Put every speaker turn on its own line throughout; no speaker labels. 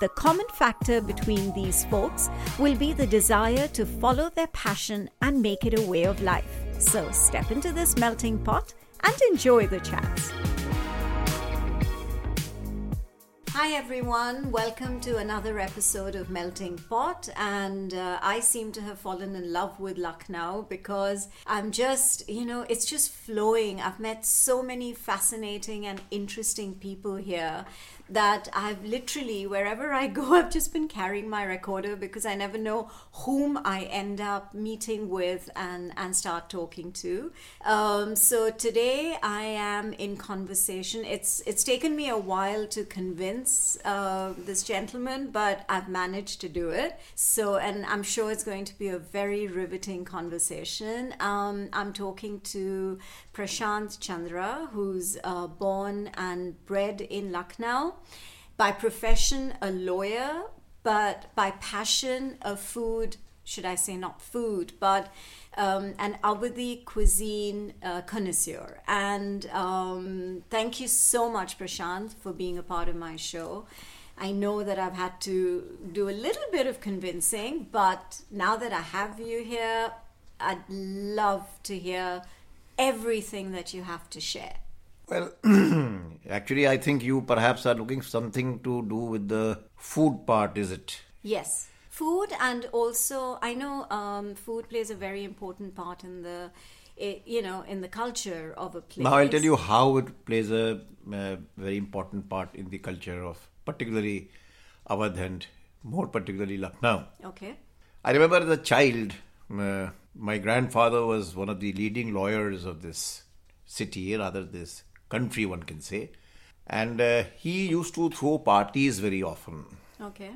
The common factor between these folks will be the desire to follow their passion and make it a way of life. So step into this melting pot and enjoy the chats. Hi everyone, welcome to another episode of Melting Pot. And uh, I seem to have fallen in love with Lucknow because I'm just, you know, it's just flowing. I've met so many fascinating and interesting people here that I've literally, wherever I go, I've just been carrying my recorder because I never know whom I end up meeting with and, and start talking to. Um, so today I am in conversation. It's, it's taken me a while to convince uh, this gentleman, but I've managed to do it. So, and I'm sure it's going to be a very riveting conversation. Um, I'm talking to Prashant Chandra, who's uh, born and bred in Lucknow. By profession, a lawyer, but by passion, a food, should I say not food, but um, an Awadhi cuisine uh, connoisseur. And um, thank you so much, Prashant, for being a part of my show. I know that I've had to do a little bit of convincing, but now that I have you here, I'd love to hear everything that you have to share.
Well, actually, I think you perhaps are looking something to do with the food part, is it?
Yes. Food and also I know um, food plays a very important part in the i you know in the culture of a place.
Now I'll tell you how it plays a, uh very important part in the culture of particularly Awadh and more particularly Lucknow.
Okay.
I remember as a child, uh, my grandfather was one of the leading lawyers of this city, rather this country, one can say, and uh, he used to throw parties very often.
Okay.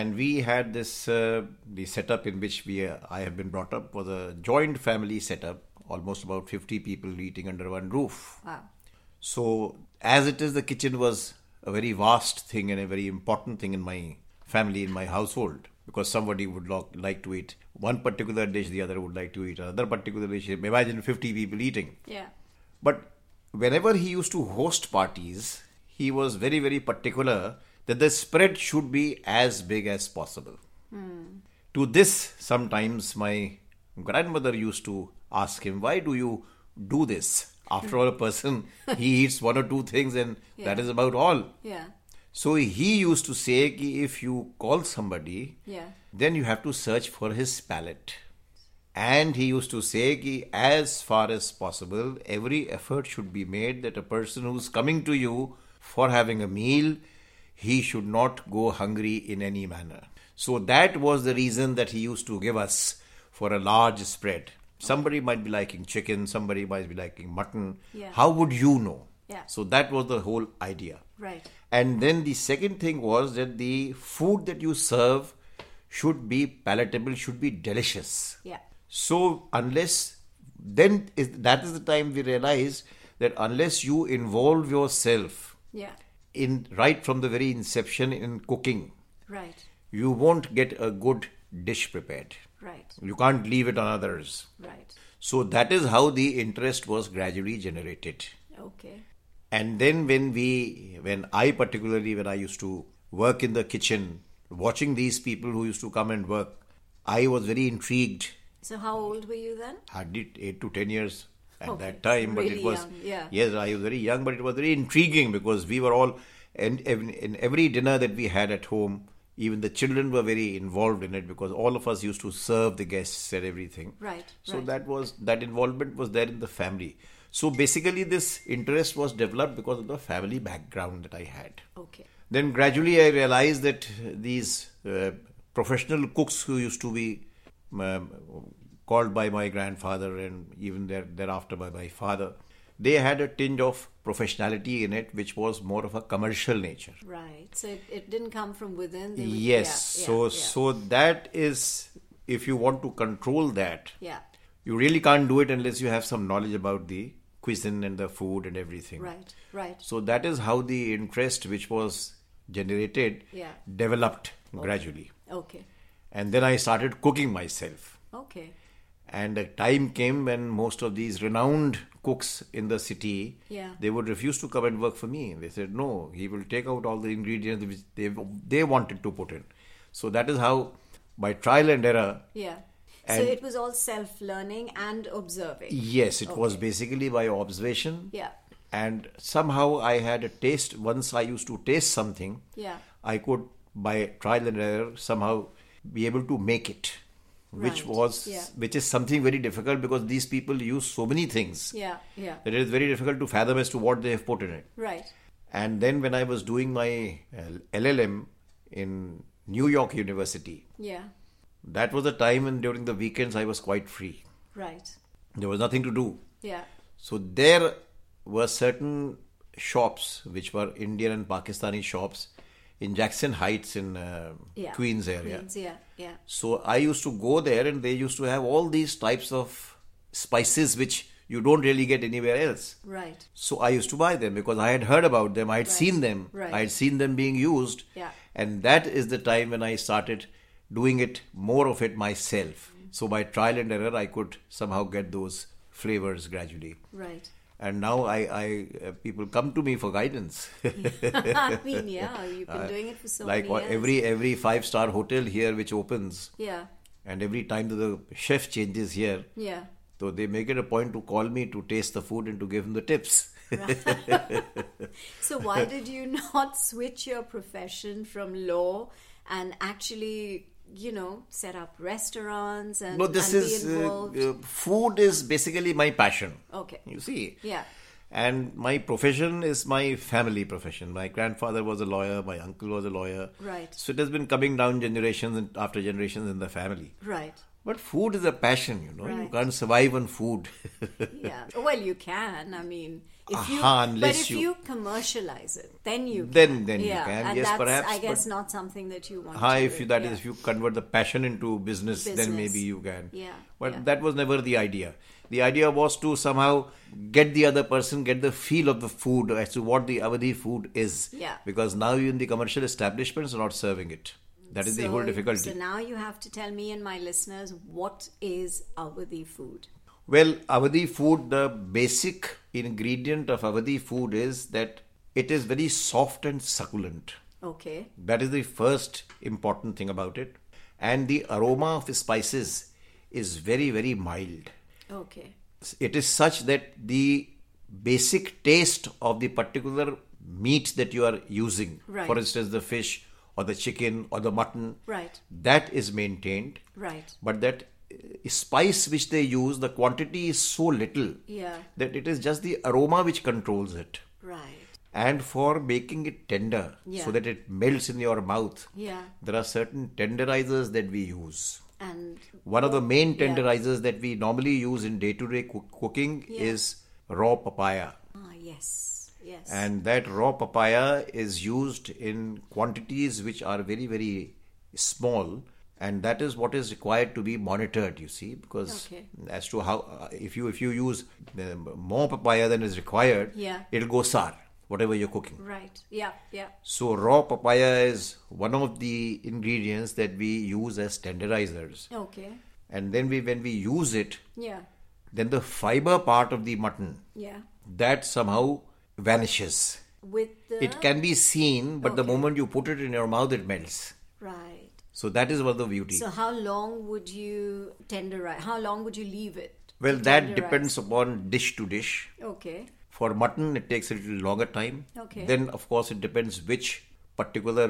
And we had this uh, the setup in which we uh, I have been brought up was a joint family setup, almost about fifty people eating under one roof.
Wow.
So, as it is, the kitchen was a very vast thing and a very important thing in my family, in my household, because somebody would lo- like to eat one particular dish, the other would like to eat another particular dish. Imagine 50 people eating.
Yeah.
But whenever he used to host parties, he was very, very particular that the spread should be as big as possible. To this, sometimes my grandmother used to ask him, Why do you do this? After all, a person, he eats one or two things and that is about all.
Yeah.
So he used to say, ki If you call somebody,
Yeah.
then you have to search for his palate. And he used to say, ki, as far as possible, every effort should be made that a person who's coming to you for having a meal, he should not go hungry in any manner. So that was the reason that he used to give us for a large spread. Somebody might be liking chicken, somebody might be liking mutton.
Yeah.
How would you know?
Yeah.
So that was the whole idea.
Right.
And then the second thing was that the food that you serve should be palatable, should be delicious.
Yeah.
So unless then is, that is the time we realize that unless you involve yourself
Yeah.
in right from the very inception in cooking,
Right.
you won't get a good dish prepared.
Right.
You can't leave it on others.
Right.
So that is how the interest was gradually generated.
Okay.
And then when we, when I particularly, when I used to work in the kitchen, watching these people who used to come and work, I was very intrigued.
So how old were you then?
Hardly eight to ten years at
Okay,
that time, but
Oh, really
it was
young, yeah.
yes, I was very young, but it was very intriguing because we were all and ev- in every dinner that we had at home, even the children were very involved in it because all of us used to serve the guests and everything.
Right,
So
right.
that was that involvement was there in the family. So basically, this interest was developed because of the family background that I had.
Okay.
Then gradually, I realized that these uh, professional cooks who used to be um, called by my grandfather and even there, thereafter by my father, they had a tinge of professionality in it, which was more of a commercial nature.
Right. So it, it didn't come from within. They were-
Yes,
yeah, yeah,
so
yeah.
so that is if you want to control that,
Yeah.
you really can't do it unless you have some knowledge about the cuisine and the food and everything.
Right. Right.
So that is how the interest which was generated
Yeah.
developed gradually.
Okay.
And then I started cooking myself.
Okay.
And a time came when most of these renowned cooks in the city,
Yeah.
they would refuse to come and work for me. They said, no, he will take out all the ingredients which they, they wanted to put in. So that is how, by trial and error,
Yeah. So
And-
it was all self-learning and observing.
yes, it was basically by observation.
Yeah.
And somehow I had a taste. Once I used to taste something,
Yeah.
I could, by trial and error, somehow be able to make it, which
Right.
was
Yeah.
which is something very difficult because these people use so many things
Yeah. Yeah.
that it is very difficult to fathom as to what they have put in it.
Right.
And then when I was doing my uh, LLM in New York University,
Yeah.
that was a time when during the weekends I was quite free.
Right.
There was nothing to do.
Yeah.
So there were certain shops which were Indian and Pakistani shops in Jackson Heights in uh,
Yeah.
Queens area.
Queens, yeah. Yeah.
So I used to go there and they used to have all these types of spices which you don't really get anywhere else.
Right.
So I used to buy them because I had heard about them, I had seen them,
Right.
I had seen them being used.
Yeah.
And that is the time when I started doing it more of it myself.
Mm.
So by trial and error I could somehow get those flavors gradually
Right.
and now I, I uh, people come to me for guidance.
I mean, yeah, you've been Mm-hmm. doing it for so
like
many
uh,
years.
every every five star hotel here which opens,
Yeah.
and every time that the chef changes here,
Yeah.
so they make it a point to call me to taste the food and to give him the tips.
So why did you not switch your profession from law and actually, you know, set up restaurants and,
no, this
and
is
be
uh,
involved?
uh, food is basically my passion.
okay.
You see.
Yeah.
And my profession is my family profession. My grandfather was a lawyer, my uncle was a lawyer.
Right.
So it has been coming down generations and after generations in the family.
Right.
But food is a passion, you know. You
Right.
can't survive on food.
Yeah. Well, you can. I mean, if you
Aha,
but
unless
if
you-
you, commercialize it, then you
Then-
can.
then you
yeah.
can.
And
Yes,
that's,
perhaps,
I guess
but-
not something that you want.
Hi,
to
if
do.
you, that is,
yeah.
if you convert the passion into business, then
Business.
maybe you can.
Yeah,
But
yeah.
that was never the idea. The idea was to somehow get the other person, get the feel of the food as to what the Avadi food is.
Yeah.
Because now even the commercial establishments are not serving it. That is the whole
So-
difficulty.
So now you have to tell me and my listeners what is Avadi food.
Well, Avadi food, the basic ingredient of Avadi food is that it is very soft and succulent.
Okay.
That is the first important thing about it. And the aroma of spices is very, very mild.
Okay.
It is such that the basic taste of the particular meat that you are using,
Right.
for instance, the fish or the chicken or the mutton,
Right.
that is maintained.
Right.
But that uh, spice which they use, the quantity is so little
Yeah.
that it is just the aroma which controls it.
Right.
And for making it tender
Yeah.
so that it melts in your mouth,
Yeah.
there are certain tenderizers that we use.
And
One of the main
Yeah.
tenderizers that we normally use in day to day cooking
Yeah.
is raw papaya.
ah yes. Yes.
And that raw papaya is used in quantities which are very, very small. And that is what is required to be monitored, you see, because
Okay.
as to how, uh, if you if you use um, more papaya than is required,
Yeah.
it'll go sour, whatever you're cooking.
right. Yeah. Yeah.
So raw papaya is one of the ingredients that we use as tenderizers.
Okay.
And then we when we use it,
Yeah.
then the fiber part of the mutton
Yeah.
that somehow vanishes.
With the
It can be seen, but the
Okay.
moment you put it in your mouth, it melts.
right.
So that is one of the beauty.
So how long would you tenderize? How long would you leave it?
well,
to
that
tenderize?
depends upon dish to dish.
Okay.
For mutton, it takes a little longer time.
Okay.
Then, of course, it depends which particular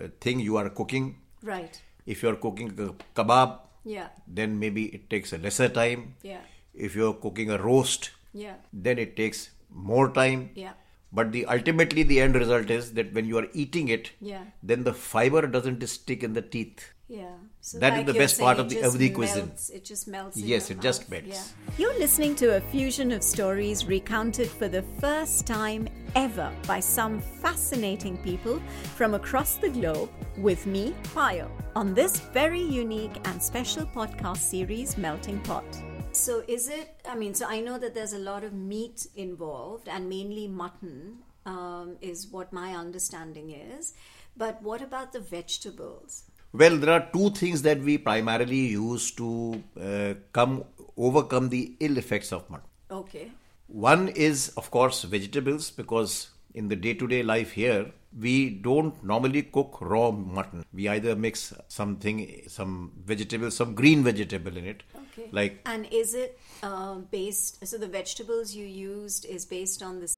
uh, thing you are cooking.
Right.
If you are cooking a kebab,
Yeah.
then maybe it takes a lesser time.
Yeah.
If you are cooking a roast,
Yeah.
then it takes more time.
Yeah.
But the ultimately the end result is that when you are eating it,
Yeah.
then the fiber doesn't stick in the teeth.
Yeah. So
That is
like
the
you're
best part
saying,
of
it
the
just
Avdi cuisine.
melts- It just melts. in
Yes,
your
it just
mouth.
melts.
Yeah. You're listening to a fusion of stories recounted for the first time ever by some fascinating people from across the globe with me, Payo, on this very unique and special podcast series, Melting Pot. So, is it, I mean, so I know that there's a lot of meat involved and mainly mutton um, is what my understanding is. But what about the vegetables?
Well, there are two things that we primarily use to uh, come overcome the ill effects of mutton.
Okay.
One is, of course, vegetables because in the day to day life here, we don't normally cook raw mutton. We either mix something, some vegetable, some green vegetable in it.
Okay.
Like,
and is it um, based? So the vegetables you used is based on this.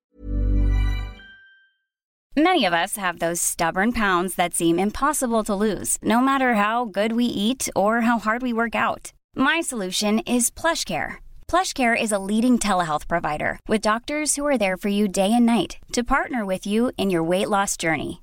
Many of us have those stubborn pounds that seem impossible to lose, no matter how good we eat or how hard we work out. My solution is PlushCare. PlushCare is a leading telehealth provider with doctors who are there for you day and night to partner with you in your weight loss journey.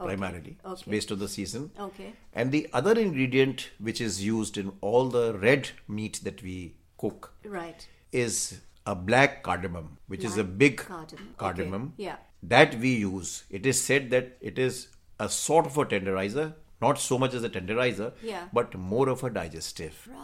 okay,
primarily, it's
okay
based on the season.
okay
And the other ingredient which is used in all the red meat that we cook
right
is a black cardamom, which is a
Black
big
cardamom. Okay,
cardamom
yeah.
that we use. It is said that it is a sort of a tenderizer, not so much as a tenderizer,
Yeah.
but more of a digestive.
right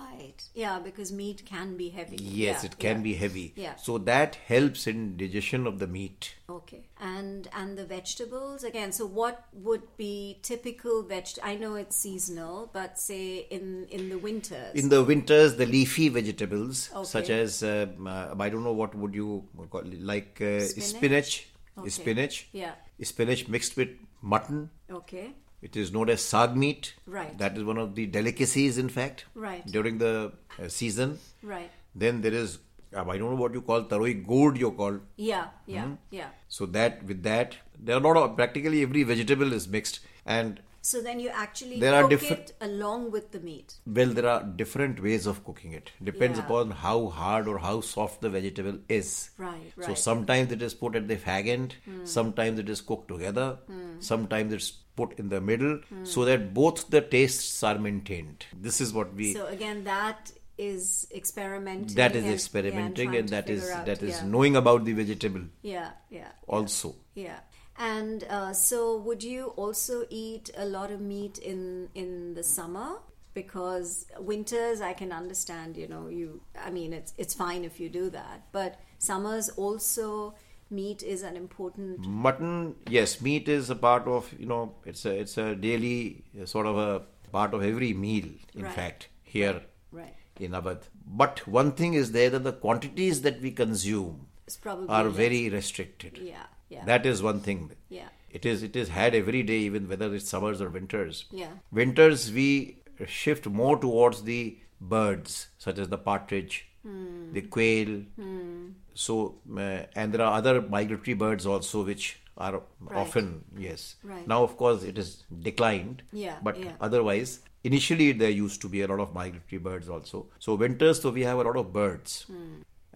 yeah because meat can be heavy
Yes,
Yeah,
it can
yeah.
be heavy.
Yeah.
So that helps in digestion of the meat.
okay and and the vegetables again so what would be typical veg i know it's seasonal but say in in the winters
In the winters, the leafy vegetables,
Okay.
such as um, uh, I don't know what would you call like uh,
Spinach?
spinach, spinach,
yeah
spinach mixed with mutton.
okay
It is known as sag meat.
Right.
That is one of the delicacies, in fact.
Right.
During the uh, season,
right
then there is um, I don't know what you call taroi gourd. You call
yeah yeah
Mm-hmm.
yeah
so that with that there are a lot of practically every vegetable is mixed and
so then you actually
There are
cook
different-
it along with the meat
well there are different ways of cooking it depends
Yeah.
upon how hard or how soft the vegetable is
Right,
so
right. Hmm.
sometimes it is put at the fag end sometimes it is cooked together sometimes it's put in the middle
Hmm.
so that both the tastes are maintained this is what we
So again, that is experimenting.
that is
and-
experimenting
yeah,
and
trying
that
to
is
figure out,
that is
yeah.
knowing about the vegetable
Yeah, yeah,
also
yeah. And uh, so, would you also eat a lot of meat in in the summer? Because winters, I can understand. You know, you. I mean, it's it's fine if you do that, but summers also meat is an
Mm.
important.
mutton yes meat is a part of you know it's a it's a daily uh, sort of a part of every meal in
Right.
fact here
Right.
in Abad. But one thing is there that the quantities that we consume
It's probably
are
less-
very restricted.
Yeah, yeah.
That is one thing.
Yeah.
It is it is had every day, even whether it's summers or winters.
Yeah.
Winters we shift more towards the birds, such as the partridge,
Hmm.
the quail. So uh, and there are other migratory birds also which are often yes.
Right.
Now of course it is declined.
Yeah,
But
yeah.
otherwise Initially, there used to be a lot of migratory birds also. So winters, so we have a lot of birds.
Hmm.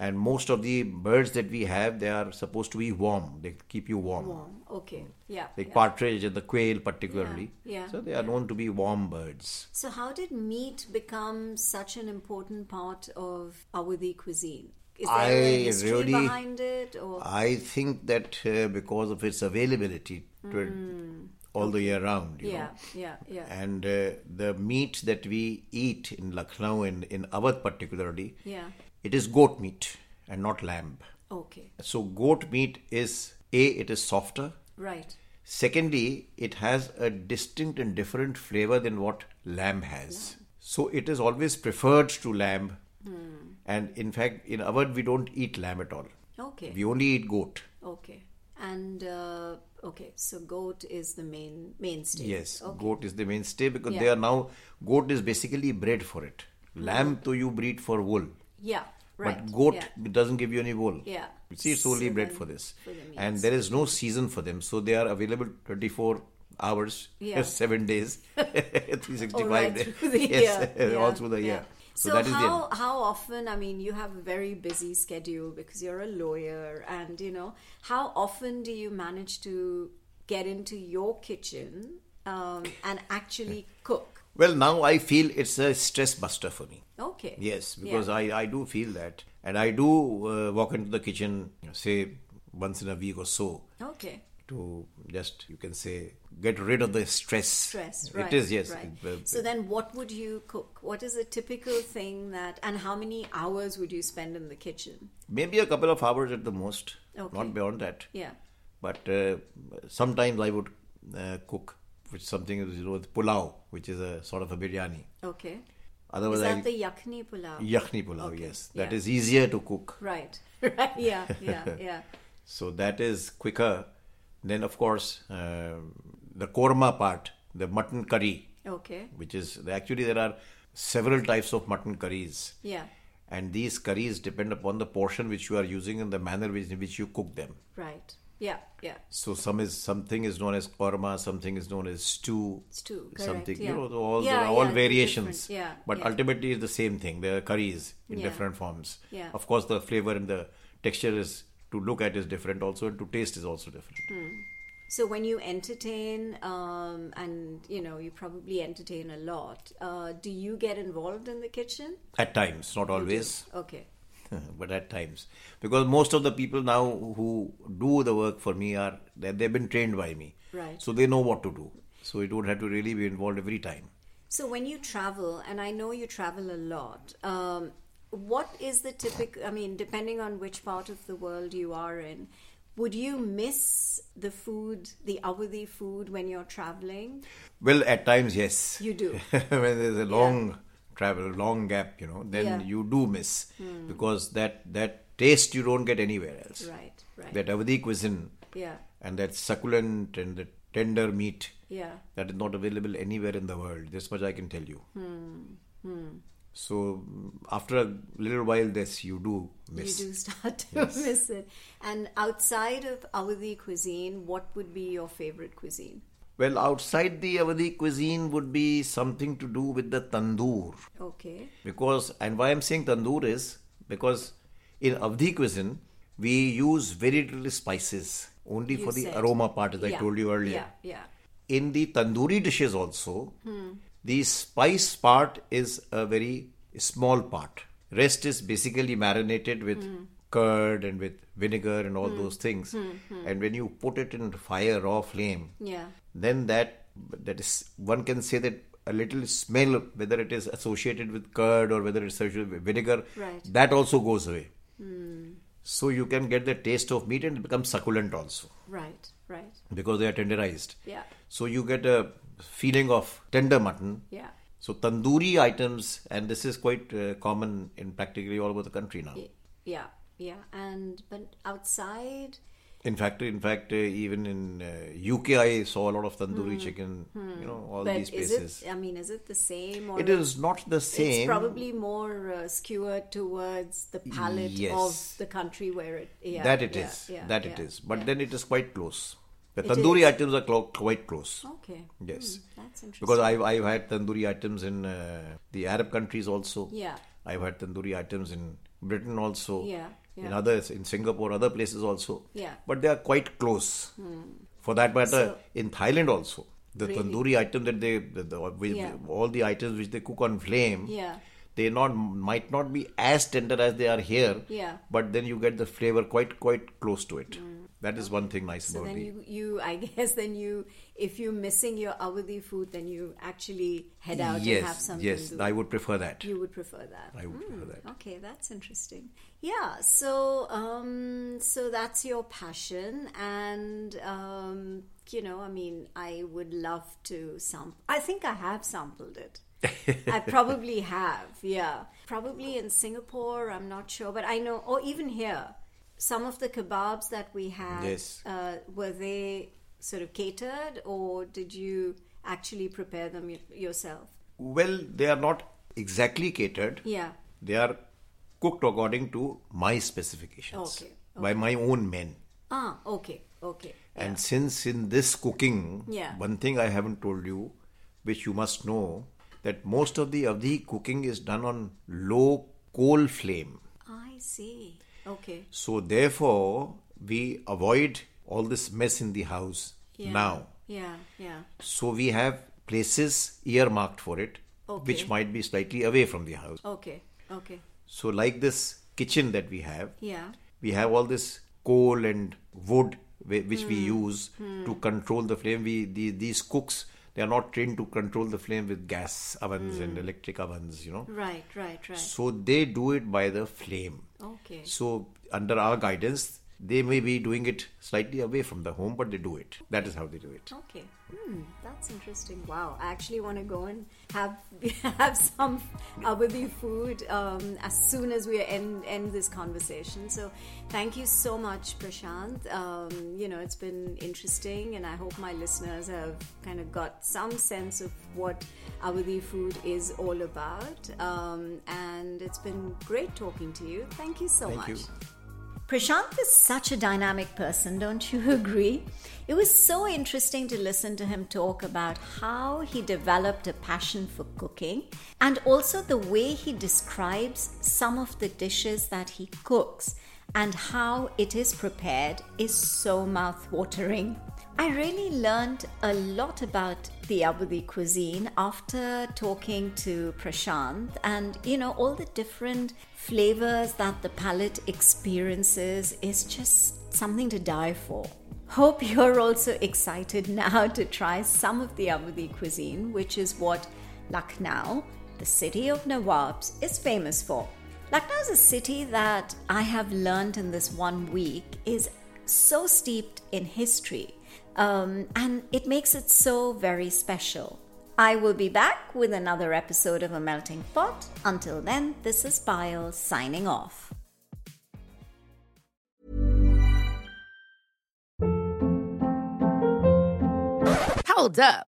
And most of the birds that we have, they are supposed to be warm. They keep you warm.
Warm. Okay. Yeah.
Like
yeah.
partridge and the quail, particularly.
Yeah, yeah,
So they are known to be warm birds.
So, how did meat become such an important part of Awadhi cuisine? Is there a
I
history
really-
behind it, or
I think that uh, because of its availability to it all the year round, you
Mm. yeah,
know.
yeah, yeah,
And uh, the meat that we eat in Lucknow and in Awadh particularly,
yeah?
it is goat meat and not lamb.
Okay.
So goat meat is a it is softer.
Right.
Secondly, it has a distinct and different flavor than what lamb has. So it is always preferred to lamb.
Hmm.
And in fact, in Awadh we don't eat lamb at all.
Okay.
We only eat goat.
Okay. And uh, okay, so goat is the main mainstay.
Yes,
Okay.
goat is the mainstay because they
Yeah. Hmm.
are now goat is basically bred for it. Lamb, though you breed for wool,
Yeah. Right.
but goat
Yeah.
doesn't give you any wool.
Yeah.
You see, it's only
So
bred
then-
for this,
for the
and
meats.
there is no season for them, so they are available 24 hours,
Yeah.
seven days, 365
All right,
days,
through the
yes,
year.
all
Yeah,
through the
yeah.
year. So,
So,
that is
how
the end.
how often? I mean, you have a very busy schedule because you're a lawyer, and you know how often do you manage to get into your kitchen um, and actually cook?
Well, now I feel it's a stress buster for me.
Okay.
Yes,
Yeah.
because I, I do feel that, and I do uh, walk into the kitchen, say once in a week or so,
Okay.
to just you can say get rid of the stress.
Stress, right?
It is yes.
Right.
It, uh,
so then, what would you cook? What is a typical thing that, and how many hours would you spend in the kitchen?
maybe a couple of hours at the most,
Okay.
not beyond that.
Yeah.
But uh, sometimes I would uh, cook with something you know with pulao, which is a sort of a biryani.
Okay.
Otherwise,
Is that
I
the yakni pulao?
yakhni pulao.
Okay,
Yes, that
yeah.
is easier to cook.
Right. Right. Yeah. Yeah. Yeah.
So that is quicker. Then of course uh, the korma part, the mutton curry,
Okay.
which is actually there are several types of mutton curries.
Yeah.
and these curries depend upon the portion which you are using and the manner which, in which you cook them
Right. Yeah. Yeah.
so some is something is known as korma something is known as stew
Stew, correct,
something
yeah.
you know all
Yeah,
there are all
yeah, it's
variations
different, yeah,
but
yeah.
ultimately it's the same thing they are curries in
Yeah.
different forms
Yeah.
of course the flavor and the texture is to look at is different also and to taste is also different
Hmm. So when you entertain, um, and you know, you probably entertain a lot. Uh, do you get involved in the kitchen?
at times not always
Okay.
but at times because most of the people now who do the work for me are they- they've been trained by me
Right.
so they know what to do so you don't have to really be involved every time
So when you travel, and I know you travel a lot, um, what is the typical? I mean, depending on which part of the world you are in, would you miss the food, the Awadhi food, when you're traveling?
well at times yes
You do.
when there's a long travel long gap you know then
Yeah. Hmm.
you do miss because that that taste you don't get anywhere else
Right. Right.
that avadi cuisine
yeah.
and that succulent and the tender meat
Yeah.
that is not available anywhere in the world. This much I can tell you.
Hmm.
So mm, after a little while, this you do miss.
You do start to miss it. And outside of Awadhi cuisine, what would be your favorite cuisine?
Well, outside the Awadhi cuisine would be something to do with the tandoor,
Okay.
because and why I'm saying tandoor is because in Awadhi cuisine we use very little spices, only
You
for the
said.
aroma part, as I
Yeah,
told you earlier.
Yeah, yeah.
in the tandoori dishes also
Hmm.
the spice part is a very small part rest is basically marinated with
Hmm.
curd and with vinegar and all those things
Hmm.
and when you put it in fire or flame
Yeah.
then that that is one can say that a little smell whether it is associated with curd or whether it's associated with vinegar
Right. Hmm.
that also goes away so you can get the taste of meat and it becomes succulent also
Right, right.
because they are tenderized
Yeah.
so you get a feeling of tender mutton.
Yeah.
So tandoori items, and this is quite uh, common in practically all over the country now.
Yeah. Yeah. And but outside
In fact, in fact, uh, even in uh, UK, I saw a lot of tandoori chicken. You know, all
Hmm. but
these
is
places.
it I mean, is it the same or
It is not the same.
It's probably more uh, skewered towards the palate
Yes.
of the country where it. Yeah,
that it is.
yeah, yeah,
that
yeah,
it is. But
yeah.
then it is quite close. The
It
tandoori
is.
items are clo- quite close.
Okay.
Yes.
Hmm, that's interesting.
Because I've, I've had tandoori items in uh, the Arab countries also.
Yeah.
I've had tandoori items in Britain also.
Yeah,
In
yeah.
others, in Singapore, other places also.
Yeah. Hmm.
But they are quite close. For that matter,
So-
in Thailand also, the
Really?
tandoori item that they, the, the, with-
Yeah.
all the items which they cook on flame,
Yeah.
they not might not be as tender as they are here.
Yeah. Mm.
But then you get the flavor quite quite close to it. That is one thing nice
So
about
then
the-
you, you, I guess then you, if you're missing your awadhi food, then you actually head out and have
yes,
some.
yes,
tandoori.
I would prefer that.
You Mm. would prefer that.
I would prefer that.
Okay, that's interesting. Yeah, so um, so that's your passion, and um, you know, I mean, I would love to sample. I think I have sampled it. I probably have. Yeah, probably in Singapore. I'm not sure, but I know, or even here, some of the kebabs that we had
Yes.
uh, were they sort of catered, or did you actually prepare them y- yourself?
Well, they are not exactly catered.
Yeah.
They are cooked according to my specifications
Okay,
by my own men.
Ah, okay, okay.
And since in this cooking,
Yeah.
one thing I haven't told you, which you must know, that most of the Avdi cooking is done on low coal flame.
I see. Okay.
So therefore, we avoid all this mess in the house
Yeah.
now.
Yeah, yeah.
So we have places earmarked for it, which
Okay.
might be slightly away from the house.
Okay, okay.
So, like this kitchen that we have,
Yeah.
we have all this coal and wood whi- which
Hmm.
we use to control the flame. We the, these cooks they are not trained to control the flame with gas ovens and electric ovens, you know.
Right, right, Hmm. right.
So they do it by the flame.
Okay.
So under our guidance, they may be doing it slightly away from the home, but they do it. That is how they do it.
Okay. Hmm, that's interesting. Wow. I actually want to go and have have some Awadhi food um, as soon as we end end this conversation. So, thank you so much, Prashant. Um, you know, it's been interesting, and I hope my listeners have kind of got some sense of what Awadhi food is all about. Um, and it's been great talking to you. Thank you so
Thank
much.
you.
Prashant is such a dynamic person, don't you agree? It was so interesting to listen to him talk about how he developed a passion for cooking and also the way he describes some of the dishes that he cooks and how it is prepared is so mouth-watering. I really learned a lot about the Abudi cuisine after talking to Prashant and you know all the different flavors that the palate experiences is just something to die for. Hope you're also excited now to try some of the Abudi cuisine which is what Lucknow, the city of Nawabs, is famous for. Lucknow is a city that I have learned in this one week is so steeped in history, um, and it makes it so very special. I will be back with another episode of A Melting Pot. Until then, this is Pyle signing off.
Hold up.